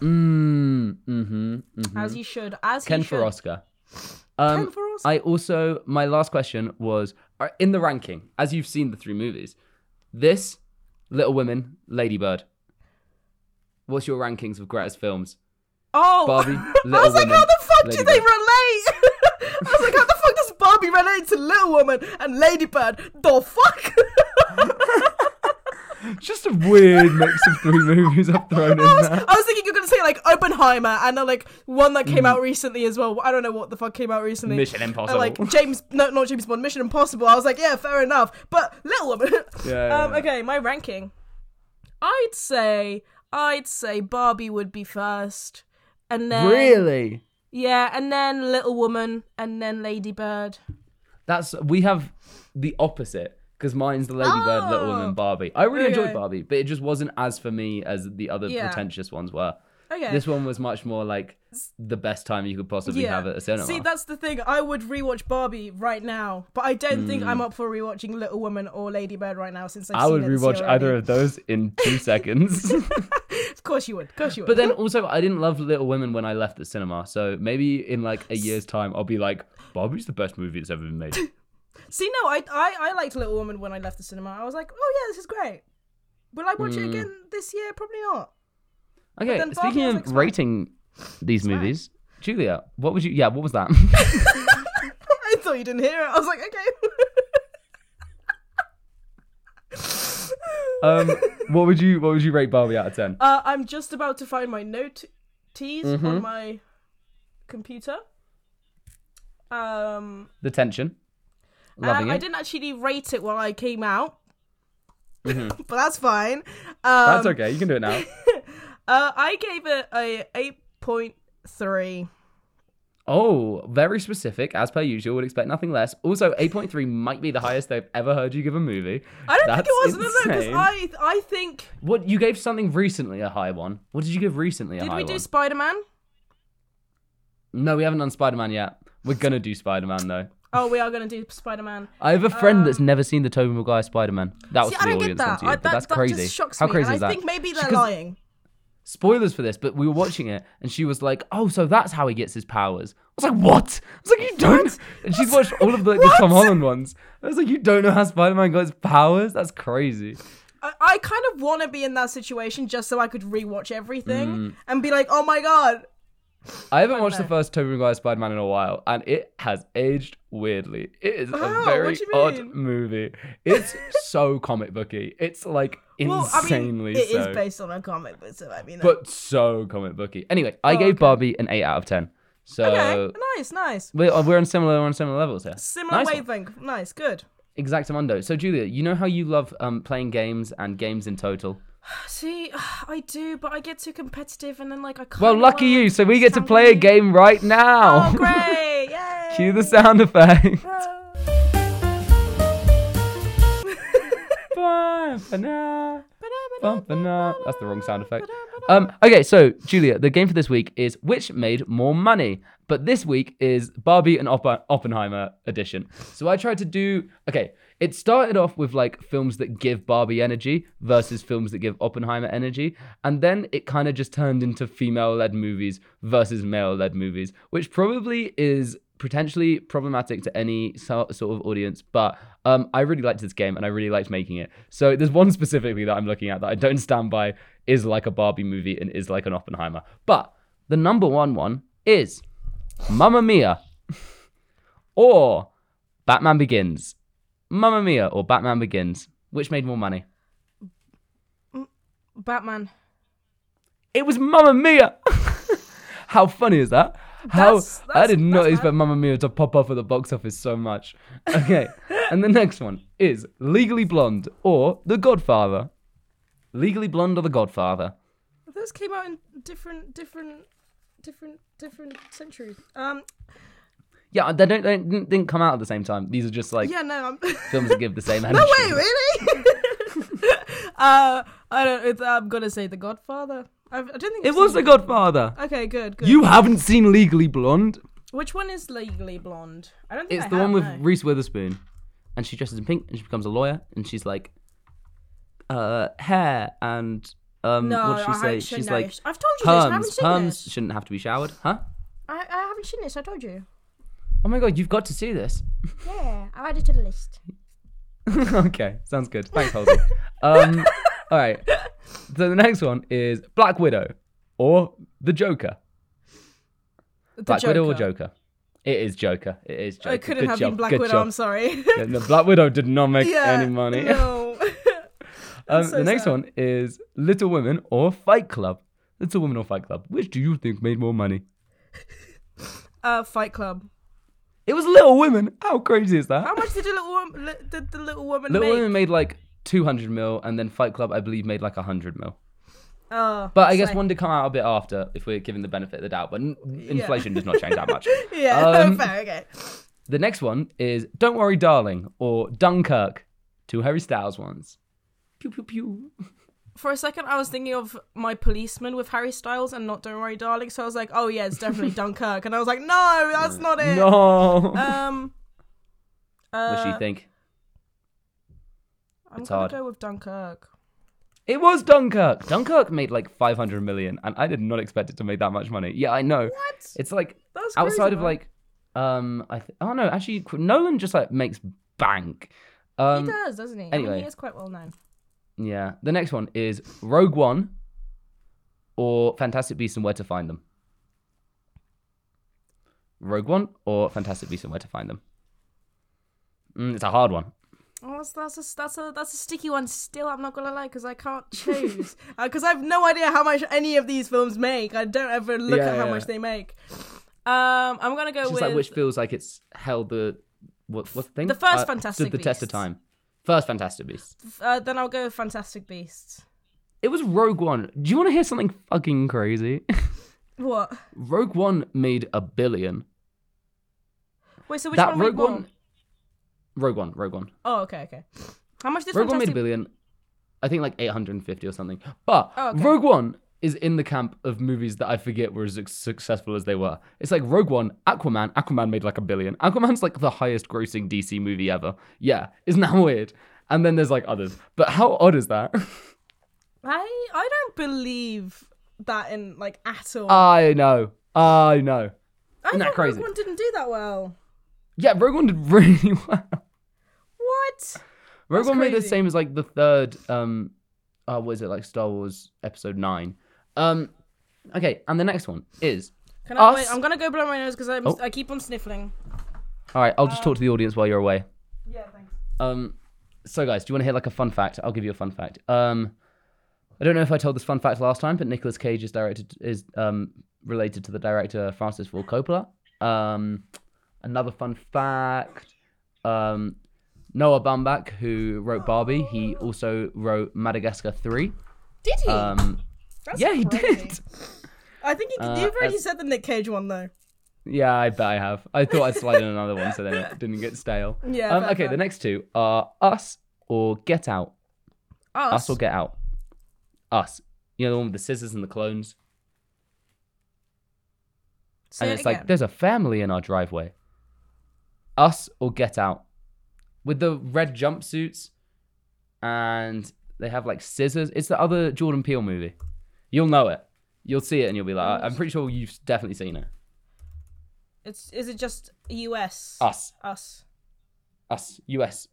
Speaker 2: Mm-hmm. Mm, hmm hmm
Speaker 1: as he should, as
Speaker 2: Ken
Speaker 1: he should.
Speaker 2: for Oscar. Um,
Speaker 1: Ken for Oscar.
Speaker 2: I also my last question was uh, in the ranking as you've seen the three movies. This, Little Women, Lady Bird. What's your rankings of greatest films?
Speaker 1: Oh,
Speaker 2: Barbie,
Speaker 1: I
Speaker 2: Little
Speaker 1: was like,
Speaker 2: Women,
Speaker 1: how the fuck
Speaker 2: Lady
Speaker 1: do they
Speaker 2: Bird.
Speaker 1: relate? I was like, how the fuck does Barbie relate to Little Woman and Ladybird? The fuck?
Speaker 2: Just a weird mix of three movies I've thrown in
Speaker 1: I, was,
Speaker 2: there.
Speaker 1: I was thinking you're gonna say like Oppenheimer and uh, like one that came out recently as well. I don't know what the fuck came out recently.
Speaker 2: Mm. Mission
Speaker 1: Uh,
Speaker 2: Impossible.
Speaker 1: like James, no, not James Bond, Mission Impossible. I was like, yeah, fair enough. But Little Woman.
Speaker 2: Yeah,
Speaker 1: um,
Speaker 2: yeah, yeah.
Speaker 1: Okay, my ranking. I'd say, I'd say Barbie would be first, and then
Speaker 2: really?
Speaker 1: yeah, and then Little Woman, and then Ladybird.
Speaker 2: That's we have the opposite because mine's the Lady Bird, Little Women,
Speaker 1: Oh.
Speaker 2: Barbie. I really enjoyed
Speaker 1: Okay.
Speaker 2: Barbie, but it just wasn't as for me as the other
Speaker 1: Yeah.
Speaker 2: pretentious ones were.
Speaker 1: Okay.
Speaker 2: This one was much more like the best time you could possibly have at a cinema.
Speaker 1: See, that's the thing. I would rewatch Barbie right now, but I don't think I'm up for rewatching Little Woman or Lady Bird right now since I've
Speaker 2: Hmm. I
Speaker 1: seen
Speaker 2: would
Speaker 1: it this
Speaker 2: rewatch
Speaker 1: year
Speaker 2: either
Speaker 1: already.
Speaker 2: of those in two seconds.
Speaker 1: Of course you would. Of course you would.
Speaker 2: but then also, I didn't love Little Women when I left the cinema, so maybe in like a year's time, I'll be like, Barbie's the best movie that's ever been made.
Speaker 1: See, no, I, I I liked Little Woman when I left the cinema. I was like, oh yeah, this is great. Will I watch it again this year? Probably not.
Speaker 2: Okay,
Speaker 1: then Barbie
Speaker 2: speaking
Speaker 1: was
Speaker 2: of
Speaker 1: expensive.
Speaker 2: rating these movies, Julia, what would you? Yeah, what was that?
Speaker 1: I thought you didn't hear it. I was like, okay.
Speaker 2: um, what would you? What would you rate Barbie out of ten?
Speaker 1: uh, I'm just about to find my note teas on my computer. Um,
Speaker 2: The tension, loving
Speaker 1: Um,
Speaker 2: it.
Speaker 1: I didn't actually rate it while I came out, but that's fine. Um,
Speaker 2: That's okay. You can do it now.
Speaker 1: uh, I gave it a eight point three.
Speaker 2: Oh, very specific, as per usual. Would expect nothing less. Also, eight point three might be the highest they've ever heard you give a movie.
Speaker 1: I don't think it was
Speaker 2: That's
Speaker 1: no, no, because
Speaker 2: insane.
Speaker 1: I I think
Speaker 2: What you gave something recently a high one? What did you give recently a
Speaker 1: did
Speaker 2: high
Speaker 1: we do
Speaker 2: one?
Speaker 1: Spider Man?
Speaker 2: no, we haven't done Spider Man yet. We're gonna do Spider Man though.
Speaker 1: Oh, we are gonna do Spider Man.
Speaker 2: I have a friend that's never seen the Tobey Maguire Spider Man. That was
Speaker 1: Um, See,
Speaker 2: for
Speaker 1: I
Speaker 2: the
Speaker 1: don't
Speaker 2: audience,
Speaker 1: get that.
Speaker 2: not you,
Speaker 1: I,
Speaker 2: but
Speaker 1: that
Speaker 2: that's
Speaker 1: that
Speaker 2: crazy.
Speaker 1: just shocks
Speaker 2: How
Speaker 1: me.
Speaker 2: crazy
Speaker 1: and
Speaker 2: is
Speaker 1: I
Speaker 2: that?
Speaker 1: think maybe they're
Speaker 2: 'cause-
Speaker 1: lying.
Speaker 2: spoilers for this, but we were watching it and she was like, "Oh, so that's how he gets his powers." I was like, "What?" I was like, "You don't." And she's watched all of the, the Tom Holland ones. I was like, "You don't know how Spider-Man got his powers? That's crazy."
Speaker 1: I, I kind of want to be in that situation just so I could rewatch everything
Speaker 2: Mm.
Speaker 1: and be like, oh my god.
Speaker 2: I haven't watched the
Speaker 1: know.
Speaker 2: first Tobey Maguire Spider-Man in a while, and it has aged weirdly. It is a
Speaker 1: How?
Speaker 2: very
Speaker 1: What do you
Speaker 2: odd
Speaker 1: mean?
Speaker 2: movie. It's so comic booky. It's like
Speaker 1: Well, I mean,
Speaker 2: insanely
Speaker 1: it is
Speaker 2: so,
Speaker 1: based on a comic, but so I mean,
Speaker 2: but so comic booky. Anyway, I gave
Speaker 1: Oh, okay.
Speaker 2: Barbie an eight out of ten. So
Speaker 1: uh, okay, nice, nice.
Speaker 2: we're, we're on similar we're on similar levels here.
Speaker 1: Similar
Speaker 2: uh, Nice one.
Speaker 1: wavelength. Nice, good.
Speaker 2: Exactamundo. So, Julia, you know how you love um, playing games and games in total?
Speaker 1: See, I do, but I get too competitive and then like I can't.
Speaker 2: Well, lucky you. So, we get to play a game right now.
Speaker 1: Oh, great! Yay!
Speaker 2: Cue the sound effect. Ba-na, ba-na. uh, That's the wrong sound effect. Um, okay, so, Julia, the game for this week is which made more money? But this week is Barbie and Oppen- Oppenheimer edition. So, I tried to do. Okay. It started off with like films that give Barbie energy versus films that give Oppenheimer energy. And then it kind of just turned into female led movies versus male led movies, which probably is potentially problematic to any so- sort of audience. But um, I really liked this game and I really liked making it. So there's one specifically that I'm looking at that I don't stand by is like a Barbie movie and is like an Oppenheimer. But the number one one is Mamma Mia or Batman Begins. Mamma Mia or Batman Begins? Which made more money?
Speaker 1: Batman.
Speaker 2: It was Mamma Mia. How funny is that? How
Speaker 1: That's-
Speaker 2: I
Speaker 1: that's-
Speaker 2: did not
Speaker 1: that's
Speaker 2: expect Mamma Mia to pop up at the box office so much. Okay, and the next one is Legally Blonde or The Godfather. Legally Blonde or The Godfather?
Speaker 1: Those came out in different, different, different, different centuries. Um,
Speaker 2: Yeah, they don't they didn't didn't come out at the same time. These are just like
Speaker 1: yeah, no, I'm.
Speaker 2: films that give the same energy.
Speaker 1: no way, really. uh, I don't. It's, I'm gonna say The Godfather. I've, I don't think
Speaker 2: It
Speaker 1: I've
Speaker 2: was The
Speaker 1: seen
Speaker 2: Godfather.
Speaker 1: Okay, good, good.
Speaker 2: You haven't seen Legally Blonde.
Speaker 1: Which one is Legally Blonde? I don't think
Speaker 2: It's
Speaker 1: I
Speaker 2: the
Speaker 1: have,
Speaker 2: one with
Speaker 1: no.
Speaker 2: Reese Witherspoon, and she dresses in pink and she becomes a lawyer and she's like, uh, hair and um,
Speaker 1: No,
Speaker 2: what did she
Speaker 1: I
Speaker 2: say?
Speaker 1: haven't seen
Speaker 2: She's
Speaker 1: that.
Speaker 2: like,
Speaker 1: I've told you this. I haven't
Speaker 2: perms.
Speaker 1: seen
Speaker 2: Perms
Speaker 1: this.
Speaker 2: shouldn't have to be showered, huh?
Speaker 1: I, I haven't seen this. I told you.
Speaker 2: Oh my god, you've got to see this.
Speaker 1: Yeah, I'll add it to the list.
Speaker 2: okay, sounds good. Thanks, Halsey. um, all right. So the next one is Black Widow or the Joker.
Speaker 1: The
Speaker 2: Black Widow or Joker? It is Joker. It is Joker.
Speaker 1: I couldn't
Speaker 2: Good
Speaker 1: have
Speaker 2: job.
Speaker 1: been Black
Speaker 2: Good
Speaker 1: Widow.
Speaker 2: job.
Speaker 1: I'm sorry.
Speaker 2: Yeah, no, Black Widow did not make
Speaker 1: yeah.
Speaker 2: any money.
Speaker 1: No.
Speaker 2: um,
Speaker 1: so
Speaker 2: the next
Speaker 1: sad.
Speaker 2: one is Little Women or Fight Club. Little Women or Fight Club. Which do you think made more money?
Speaker 1: uh, Fight Club.
Speaker 2: It was Little Women. How crazy is that?
Speaker 1: How much did the little woman? li- Did the little woman
Speaker 2: Little
Speaker 1: make?
Speaker 2: Women made like 200 mil, and then Fight Club, I believe, made like 100 mil.
Speaker 1: Oh,
Speaker 2: But I guess
Speaker 1: slay.
Speaker 2: one did come out a bit after, if we're given the benefit of the doubt. But n- inflation does not change that much.
Speaker 1: Yeah.
Speaker 2: Um,
Speaker 1: fair. Okay.
Speaker 2: The next one is "Don't Worry, Darling" or "Dunkirk," two Harry Styles ones. Pew pew pew.
Speaker 1: For a second, I was thinking of my policeman with Harry Styles and not Don't Worry, Darling. So I was like, oh yeah, it's definitely Dunkirk. And I was like, no, that's not it.
Speaker 2: No.
Speaker 1: Um. Uh,
Speaker 2: what do you think?
Speaker 1: I'm
Speaker 2: It's
Speaker 1: gonna
Speaker 2: hard.
Speaker 1: go with Dunkirk.
Speaker 2: It was Dunkirk. Dunkirk made like 500 million, and I did not expect it to make that much money. Yeah, I know.
Speaker 1: What?
Speaker 2: It's like
Speaker 1: That's crazy,
Speaker 2: outside of
Speaker 1: man.
Speaker 2: like, um, I th- oh no, actually, Qu- Nolan just like makes bank. Um,
Speaker 1: he does, doesn't he? I
Speaker 2: anyway.
Speaker 1: mean, he is quite well known.
Speaker 2: Yeah. The next one is Rogue One or Fantastic Beasts and Where to Find Them. Rogue One or Fantastic Beasts and Where to Find Them. Mm, it's a hard one.
Speaker 1: Oh, that's, that's a that's a that's a sticky one. Still, I'm not gonna lie because I can't choose because I have no idea how much any of these films make. I don't ever look
Speaker 2: Yeah,
Speaker 1: at how
Speaker 2: yeah.
Speaker 1: much they make. Um, I'm gonna go
Speaker 2: It's just
Speaker 1: with
Speaker 2: like which feels like it's held the what what's the thing?
Speaker 1: The first
Speaker 2: stood
Speaker 1: Fantastic
Speaker 2: the test of
Speaker 1: Beasts.
Speaker 2: time. First Fantastic Beasts.
Speaker 1: uh, then I'll go with Fantastic Beasts.
Speaker 2: It was Rogue One. Do you want to hear something fucking crazy?
Speaker 1: What?
Speaker 2: Rogue One made a billion.
Speaker 1: Wait, so which
Speaker 2: that
Speaker 1: one?
Speaker 2: Rogue
Speaker 1: we
Speaker 2: One.
Speaker 1: won?
Speaker 2: Rogue One. Rogue One.
Speaker 1: Oh, okay, okay. How much did
Speaker 2: Rogue One made a
Speaker 1: Fantastic?
Speaker 2: billion. I think like 850 or something. But
Speaker 1: Oh, okay.
Speaker 2: Rogue One is in the camp of movies that I forget were as suc- successful as they were. It's like Rogue One, Aquaman. Aquaman made like a billion. Aquaman's like the highest grossing DC movie ever. Yeah. Isn't that weird? And then there's like others. But how odd is that?
Speaker 1: I I don't believe that in like at all.
Speaker 2: I know. I know.
Speaker 1: I
Speaker 2: isn't that
Speaker 1: thought
Speaker 2: Uh, crazy?
Speaker 1: Rogue One didn't do that well.
Speaker 2: Yeah, Rogue One did really well.
Speaker 1: What?
Speaker 2: Rogue
Speaker 1: That's
Speaker 2: One made the
Speaker 1: crazy.
Speaker 2: same as like the third um uh what is it like Star Wars episode 9. Um okay, and the next one is
Speaker 1: Can I? Wait,
Speaker 2: Us-
Speaker 1: I'm gonna go blow my nose because I'm
Speaker 2: Oh.
Speaker 1: I keep on sniffling.
Speaker 2: All right, I'll just talk to the audience while you're away.
Speaker 1: Um, Yeah, thanks.
Speaker 2: Um, so guys, do you want to hear like a fun fact? I'll give you a fun fact. Um, I don't know if I told this fun fact last time, but Nicolas Cage is directed is um related to the director Francis Ford Coppola. Um, another fun fact. Um, Noah Baumbach, who wrote Barbie, he also wrote Madagascar Three.
Speaker 1: Did he?
Speaker 2: Um,
Speaker 1: That's
Speaker 2: yeah, he
Speaker 1: crazy.
Speaker 2: did.
Speaker 1: I think you,
Speaker 2: Uh,
Speaker 1: you've already
Speaker 2: as-
Speaker 1: said the Nick Cage one though.
Speaker 2: Yeah, I bet I have. I thought I'd slide in another one so then it didn't get stale.
Speaker 1: Yeah,
Speaker 2: Um,
Speaker 1: fair,
Speaker 2: okay,
Speaker 1: fair.
Speaker 2: the next two are Us or Get Out.
Speaker 1: Us.
Speaker 2: Us or Get Out? Us. You know the one with the scissors and the clones?
Speaker 1: Say
Speaker 2: and
Speaker 1: it
Speaker 2: it's like,
Speaker 1: again.
Speaker 2: there's a family in our driveway. Us or Get Out? With the red jumpsuits and they have like scissors. It's the other Jordan Peele movie. You'll know it. You'll see it and you'll be like, "I- I'm pretty sure you've definitely seen it.
Speaker 1: It's is it just US?
Speaker 2: Us.
Speaker 1: Us.
Speaker 2: Us. US.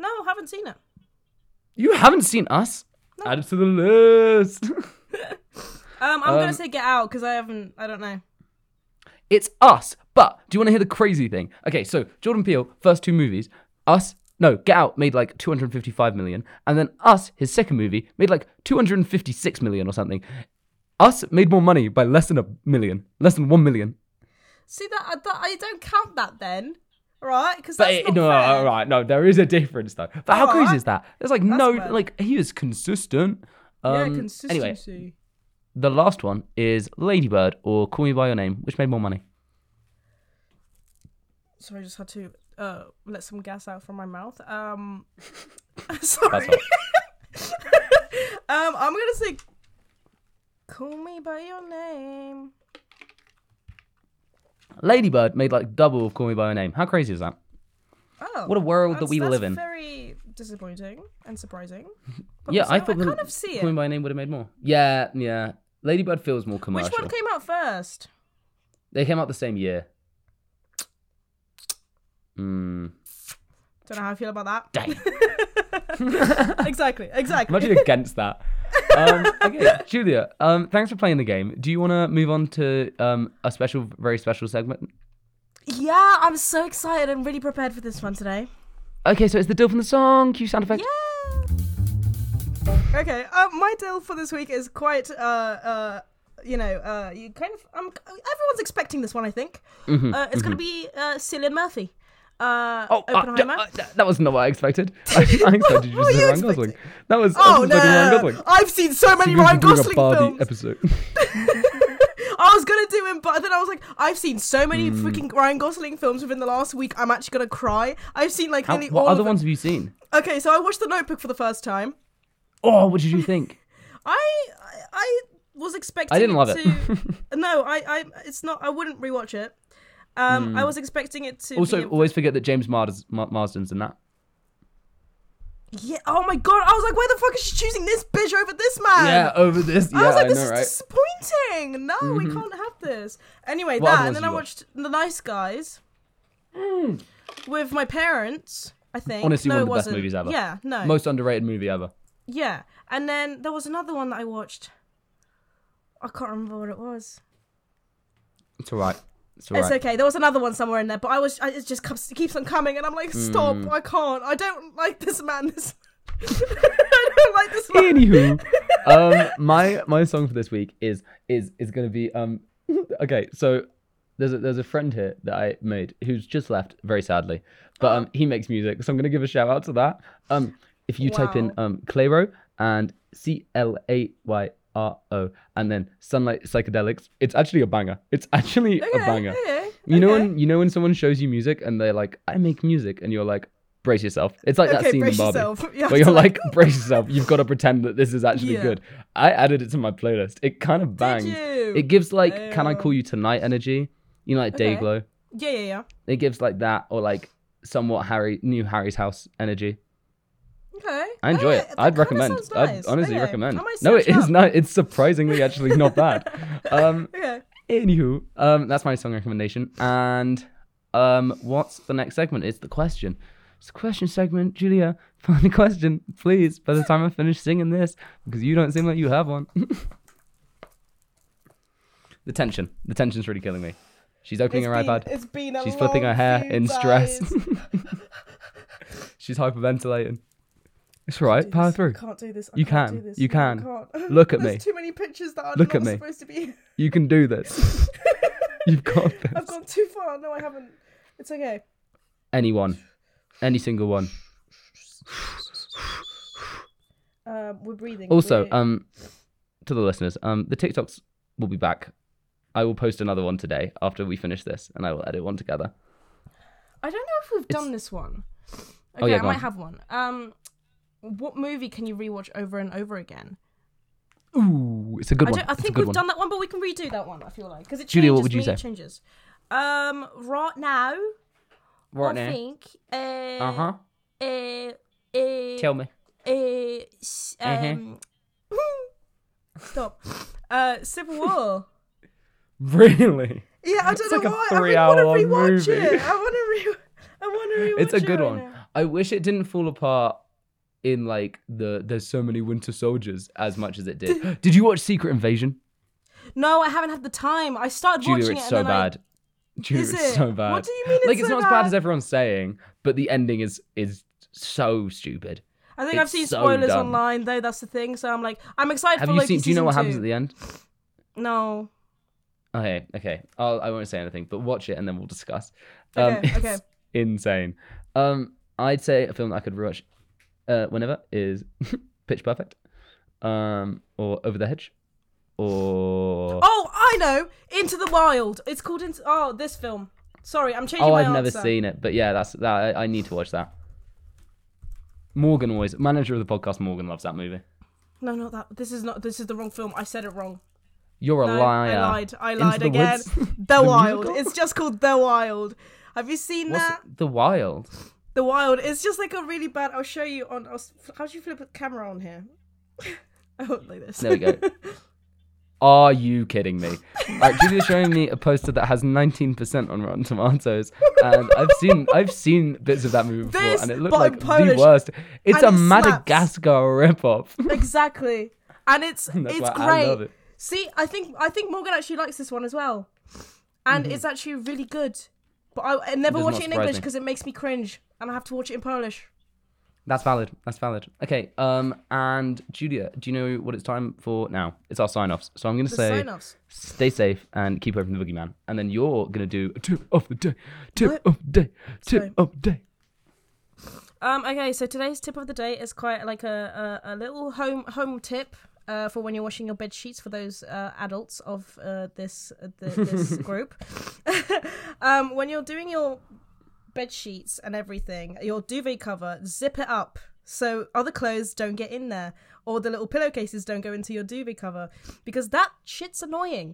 Speaker 1: No, haven't seen it.
Speaker 2: You haven't seen Us? Add it to the list.
Speaker 1: Um, I'm
Speaker 2: Um,
Speaker 1: gonna say Get Out because I haven't. I don't know.
Speaker 2: It's us. But do you want to hear the crazy thing? Okay, so Jordan Peele, first two movies, Us, no, Get Out made like 255 million, and then Us, his second movie, made like 256 million or something. Us made more money by less than a million, less than one million.
Speaker 1: See that I, that, I don't count that then, right? Because
Speaker 2: But
Speaker 1: that's
Speaker 2: it-
Speaker 1: not
Speaker 2: no,
Speaker 1: fair.
Speaker 2: all right, no, there is a difference though. But how
Speaker 1: All
Speaker 2: crazy
Speaker 1: right.
Speaker 2: is that? There's like no,
Speaker 1: bad.
Speaker 2: like he was consistent. Um,
Speaker 1: Yeah,
Speaker 2: Anyway,
Speaker 1: consistency.
Speaker 2: the last one is Ladybird or Call Me by Your Name, which made more money.
Speaker 1: Sorry, I just had to uh, let some gas out from my mouth. Um,
Speaker 2: That's
Speaker 1: sorry.
Speaker 2: all.
Speaker 1: Um, I'm gonna say, "Call me by your name."
Speaker 2: Ladybird made like double of Call Me by Your Name. How crazy is that?
Speaker 1: Oh,
Speaker 2: What a world that
Speaker 1: that's-
Speaker 2: we
Speaker 1: that's
Speaker 2: live in.
Speaker 1: Very disappointing and surprising. But
Speaker 2: yeah,
Speaker 1: also,
Speaker 2: I thought
Speaker 1: I
Speaker 2: that
Speaker 1: kind of see
Speaker 2: Call Me
Speaker 1: it.
Speaker 2: by Your Name would have made more. Yeah, yeah. Ladybird feels more
Speaker 1: Which
Speaker 2: commercial.
Speaker 1: one came out first?
Speaker 2: They came out the same year. Mm.
Speaker 1: Don't know how I feel about that.
Speaker 2: Dang.
Speaker 1: exactly, exactly.
Speaker 2: I'm actually against that. Um, okay, Julia, um, thanks for playing the game. Do you want to move on to um, a special, very special segment?
Speaker 1: Yeah, I'm so excited. I'm really prepared for this one today.
Speaker 2: Okay, so it's the deal from the song. Cue sound effect.
Speaker 1: Okay, uh, my deal for this week is quite, uh, uh, you know, uh, you kind of, um, everyone's expecting this one, I think. uh, it's going to be uh, Cillian Murphy. Uh,
Speaker 2: Mm-hmm, Oh, uh, d-
Speaker 1: Oppenheimer.
Speaker 2: uh, d- that was not what I expected. I, I expected you
Speaker 1: What
Speaker 2: to
Speaker 1: were
Speaker 2: say
Speaker 1: you
Speaker 2: Ryan Gosling. That was
Speaker 1: oh,
Speaker 2: that was
Speaker 1: no.
Speaker 2: like a Ryan Gosling.
Speaker 1: I've seen so many
Speaker 2: We're
Speaker 1: Ryan
Speaker 2: doing
Speaker 1: Gosling
Speaker 2: a Barbie
Speaker 1: films.
Speaker 2: episode.
Speaker 1: I was gonna do him, but then I was like, I've seen so many
Speaker 2: Hmm.
Speaker 1: freaking Ryan Gosling films within the last week. I'm actually gonna cry. I've seen like
Speaker 2: How-
Speaker 1: nearly
Speaker 2: what
Speaker 1: all
Speaker 2: other
Speaker 1: of
Speaker 2: ones have you seen?
Speaker 1: Them. Okay, so I watched The Notebook for the first time.
Speaker 2: Oh, what did you think?
Speaker 1: I I, I was expecting.
Speaker 2: I didn't love it.
Speaker 1: to... no, I, I it's not. I wouldn't rewatch it. Um, I was expecting it to.
Speaker 2: Hmm. also,
Speaker 1: be a-
Speaker 2: always forget that James Mars- Mar- Marsden's in that.
Speaker 1: yeah. Oh my god! I was like, why the fuck is she choosing this bitch over this man?
Speaker 2: yeah, over this. Yeah,
Speaker 1: I was like,
Speaker 2: I
Speaker 1: this
Speaker 2: know,
Speaker 1: is
Speaker 2: right? Mm-hmm.
Speaker 1: disappointing. No, we can't have this. Anyway,
Speaker 2: What
Speaker 1: that,
Speaker 2: other
Speaker 1: and then I
Speaker 2: ones
Speaker 1: watched The Nice Guys with my parents. I think
Speaker 2: Honestly,
Speaker 1: no, it
Speaker 2: one of the best
Speaker 1: wasn't.
Speaker 2: movies ever.
Speaker 1: Yeah, no,
Speaker 2: Most underrated movie ever.
Speaker 1: yeah. And then there was another one that I watched. I can't remember what it was.
Speaker 2: It's alright. It's alright.
Speaker 1: It's okay. There was another one somewhere in there, but I was. I, it just comes, keeps on coming, and I'm like, stop!
Speaker 2: Hmm.
Speaker 1: I can't. I don't like this man. This. I don't like this man.
Speaker 2: Anywho, um, my my song for this week is is is gonna be um. Okay, so there's a, there's a friend here that I made who's just left very sadly, but um, he makes music, so I'm gonna give a shout out to that. Um, if you type in
Speaker 1: Wow.
Speaker 2: um Clayro and C L A Y R O and then Sunlight Psychedelics, it's actually a banger. It's actually a
Speaker 1: Okay,
Speaker 2: banger.
Speaker 1: okay,
Speaker 2: You know
Speaker 1: okay.
Speaker 2: when you know when someone shows you music and they're like, "I make music," and you're like, "Brace yourself." It's like that
Speaker 1: Okay,
Speaker 2: scene in
Speaker 1: brace
Speaker 2: Barbie,
Speaker 1: yourself. You have
Speaker 2: where
Speaker 1: to,
Speaker 2: you're like,
Speaker 1: like-
Speaker 2: "Brace yourself." You've got to pretend that this is actually
Speaker 1: Yeah.
Speaker 2: good. I added it to my playlist. It kind of bangs.
Speaker 1: you?
Speaker 2: It gives like, "Can I
Speaker 1: Ew.
Speaker 2: call you tonight?" energy. You know, like
Speaker 1: Okay.
Speaker 2: Dayglow.
Speaker 1: Yeah, yeah, yeah.
Speaker 2: It gives like that, or like somewhat Harry, new Harry's house energy.
Speaker 1: Okay.
Speaker 2: I enjoy
Speaker 1: Okay,
Speaker 2: it.
Speaker 1: that
Speaker 2: I'd
Speaker 1: kinda
Speaker 2: recommend.
Speaker 1: sounds
Speaker 2: I'd
Speaker 1: nice.
Speaker 2: honestly
Speaker 1: Okay.
Speaker 2: recommend.
Speaker 1: I might
Speaker 2: No, it
Speaker 1: search it
Speaker 2: is
Speaker 1: up.
Speaker 2: not. It's surprisingly actually not bad. Um,
Speaker 1: Okay.
Speaker 2: Anywho, um, that's my song recommendation. And um, what's the next segment? It's the question. It's the question segment, Julia. Find the question, please. By the time I finish singing this, because you don't seem like you have one. the tension. The tension's really killing me. She's opening her
Speaker 1: It's been-
Speaker 2: iPad.
Speaker 1: It's been a
Speaker 2: She's flipping her
Speaker 1: long
Speaker 2: hair
Speaker 1: few
Speaker 2: in stress.
Speaker 1: days.
Speaker 2: She's hyperventilating. It's all right.
Speaker 1: do
Speaker 2: Power
Speaker 1: this.
Speaker 2: through.
Speaker 1: I can't do this. I
Speaker 2: You
Speaker 1: can't do
Speaker 2: can.
Speaker 1: this.
Speaker 2: You
Speaker 1: No, I
Speaker 2: can.
Speaker 1: can't.
Speaker 2: Look at
Speaker 1: There's
Speaker 2: me.
Speaker 1: Too many pictures that are
Speaker 2: Look at
Speaker 1: not
Speaker 2: me.
Speaker 1: supposed to be.
Speaker 2: You can do this. You've got this.
Speaker 1: I've gone too far. No, I haven't. It's okay.
Speaker 2: Anyone. Any single one.
Speaker 1: Um, we're breathing.
Speaker 2: Also,
Speaker 1: We're-
Speaker 2: um, to the listeners, um, the TikToks will be back. I will post another one today after we finish this, and I will edit one together.
Speaker 1: I don't know if we've done this one. Okay,
Speaker 2: Oh, yeah,
Speaker 1: I
Speaker 2: go
Speaker 1: might
Speaker 2: on.
Speaker 1: have one. Um, what movie can you rewatch over and over again?
Speaker 2: Ooh, it's a good
Speaker 1: I,
Speaker 2: one.
Speaker 1: don't, I
Speaker 2: it's a
Speaker 1: think
Speaker 2: good
Speaker 1: we've
Speaker 2: one.
Speaker 1: done that one, but we can redo that one. I feel like because it changes.
Speaker 2: Julia, what would you
Speaker 1: me, it
Speaker 2: say?
Speaker 1: Changes. Um, right now,
Speaker 2: right
Speaker 1: I think. Uh
Speaker 2: Uh huh.
Speaker 1: Uh, uh,
Speaker 2: Tell me.
Speaker 1: Uh, s-
Speaker 2: Uh-huh.
Speaker 1: um, stop. Uh, Civil War.
Speaker 2: Really?
Speaker 1: Yeah, I don't know
Speaker 2: like a
Speaker 1: why. I
Speaker 2: three-hour-long
Speaker 1: want to rewatch
Speaker 2: movie.
Speaker 1: it. I want to re. I want to rewatch
Speaker 2: It's a
Speaker 1: it
Speaker 2: good
Speaker 1: right
Speaker 2: one.
Speaker 1: now.
Speaker 2: I wish it didn't fall apart in like the there's so many Winter Soldiers as much as it did. did you watch Secret Invasion?
Speaker 1: No, I haven't had the time. I started
Speaker 2: Julia,
Speaker 1: watching
Speaker 2: it's
Speaker 1: it.
Speaker 2: so
Speaker 1: and then
Speaker 2: bad. Julia,
Speaker 1: Is
Speaker 2: it's
Speaker 1: it?
Speaker 2: so
Speaker 1: What
Speaker 2: bad.
Speaker 1: do you mean it's
Speaker 2: like it's
Speaker 1: so
Speaker 2: not as bad
Speaker 1: bad?
Speaker 2: as everyone's saying, but the ending is is so stupid.
Speaker 1: I, I think I've
Speaker 2: It's
Speaker 1: seen
Speaker 2: so
Speaker 1: spoilers
Speaker 2: dumb.
Speaker 1: online though. That's the thing. So I'm like, I'm excited
Speaker 2: Have
Speaker 1: for
Speaker 2: you
Speaker 1: Loki
Speaker 2: seen? Do you know
Speaker 1: season
Speaker 2: what happens
Speaker 1: two.
Speaker 2: at the e-, end?
Speaker 1: No.
Speaker 2: Okay, okay. I'll, I won't say anything, but watch it and then we'll discuss. Um,
Speaker 1: Okay,
Speaker 2: it's
Speaker 1: okay.
Speaker 2: Insane. Um, I'd say a film that I could watch uh, whenever is Pitch Perfect, um, or Over the Hedge, or
Speaker 1: Oh, I know. Into the Wild. It's called Into. Oh, this film. Sorry, I'm changing
Speaker 2: Oh,
Speaker 1: my
Speaker 2: I've never
Speaker 1: answer.
Speaker 2: seen it, but yeah, that's that. I, I need to watch that. Morgan always manager of the podcast. Morgan loves that movie.
Speaker 1: No, not that. This is not. This is the wrong film. I said it wrong.
Speaker 2: You're a
Speaker 1: No,
Speaker 2: liar.
Speaker 1: I lied. I
Speaker 2: Into
Speaker 1: lied
Speaker 2: the
Speaker 1: again.
Speaker 2: Woods?
Speaker 1: The, Wild.
Speaker 2: musical?
Speaker 1: It's just called The Wild. Have you seen
Speaker 2: What's
Speaker 1: that?
Speaker 2: the wild?
Speaker 1: The Wild. It's just like a really bad. I'll show you on. I'll, s- how do you flip a camera on here? oh, like this.
Speaker 2: There we go. Are you kidding me? Alright, Julia's showing me a poster that has 19% on Rotten Tomatoes, and I've seen I've seen bits of that movie before,
Speaker 1: This,
Speaker 2: and it looked
Speaker 1: but
Speaker 2: like
Speaker 1: I'm Polish,
Speaker 2: the worst. It's
Speaker 1: and
Speaker 2: a
Speaker 1: it slaps.
Speaker 2: Madagascar ripoff.
Speaker 1: exactly. And it's it's
Speaker 2: why
Speaker 1: great.
Speaker 2: I love it.
Speaker 1: See, I think I think Morgan actually likes this one as well, and it's actually really good. But I, I never
Speaker 2: Mm-hmm.
Speaker 1: watch
Speaker 2: does
Speaker 1: it
Speaker 2: not
Speaker 1: in
Speaker 2: surprise
Speaker 1: English
Speaker 2: me.
Speaker 1: because it makes me cringe, and I have to watch it in Polish.
Speaker 2: That's valid. That's valid. Okay. Um. And Julia, do you know what it's time for now? It's our sign-offs. So I'm going to
Speaker 1: The
Speaker 2: say,
Speaker 1: sign-offs.
Speaker 2: stay safe and keep away from the boogeyman. And then you're going to do tip of the day, tip
Speaker 1: What?
Speaker 2: of the day, tip
Speaker 1: Sorry.
Speaker 2: of the day.
Speaker 1: Um, okay, so today's tip of the day is quite like a, a, a little home home tip uh, for when you're washing your bed sheets for those uh, adults of uh, this uh, the, this group. um, when you're doing your bed sheets and everything, your duvet cover, zip it up so other clothes don't get in there or the little pillowcases don't go into your duvet cover because that shit's annoying.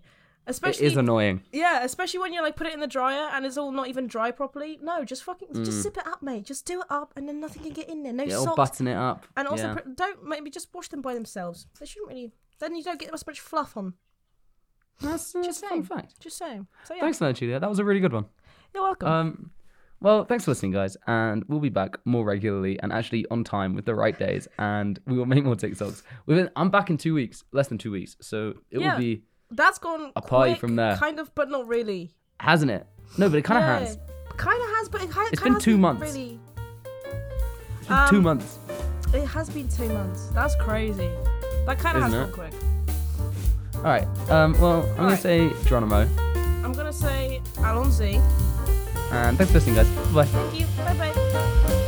Speaker 2: It
Speaker 1: Especially
Speaker 2: is annoying.
Speaker 1: yeah, especially when you like put it in the dryer and it's all not even dry properly. No, just fucking just zip it up, mate. Just do it up, and then nothing can get in there. No
Speaker 2: It'll
Speaker 1: socks,
Speaker 2: Mm. button it up.
Speaker 1: and also
Speaker 2: Yeah.
Speaker 1: pr- don't maybe just wash them by themselves. They shouldn't really. Then you don't get as much fluff on.
Speaker 2: that's just a fun
Speaker 1: saying.
Speaker 2: fact.
Speaker 1: Just saying. So yeah,
Speaker 2: Thanks for that, Julia. That was a really good one.
Speaker 1: you're welcome.
Speaker 2: Um, well, thanks for listening, guys, and we'll be back more regularly and actually on time with the right days, and we will make more TikToks. Within, I'm back in two weeks, less than two weeks, so it
Speaker 1: Yeah.
Speaker 2: will be,
Speaker 1: That's gone a
Speaker 2: party from there.
Speaker 1: kind of, but not really.
Speaker 2: hasn't it? No, but it kind of has.
Speaker 1: Kind of has, but it has.
Speaker 2: It's been two months.
Speaker 1: Really, Um,
Speaker 2: It's been two months.
Speaker 1: it has been two months. That's crazy. That kind of has
Speaker 2: Isn't
Speaker 1: gone
Speaker 2: it?
Speaker 1: quick.
Speaker 2: All right. Um, well, I'm gonna
Speaker 1: right.
Speaker 2: say Geronimo,
Speaker 1: I'm gonna say Alonzi.
Speaker 2: and thanks for listening, guys. Bye.
Speaker 1: Thank you. Bye bye.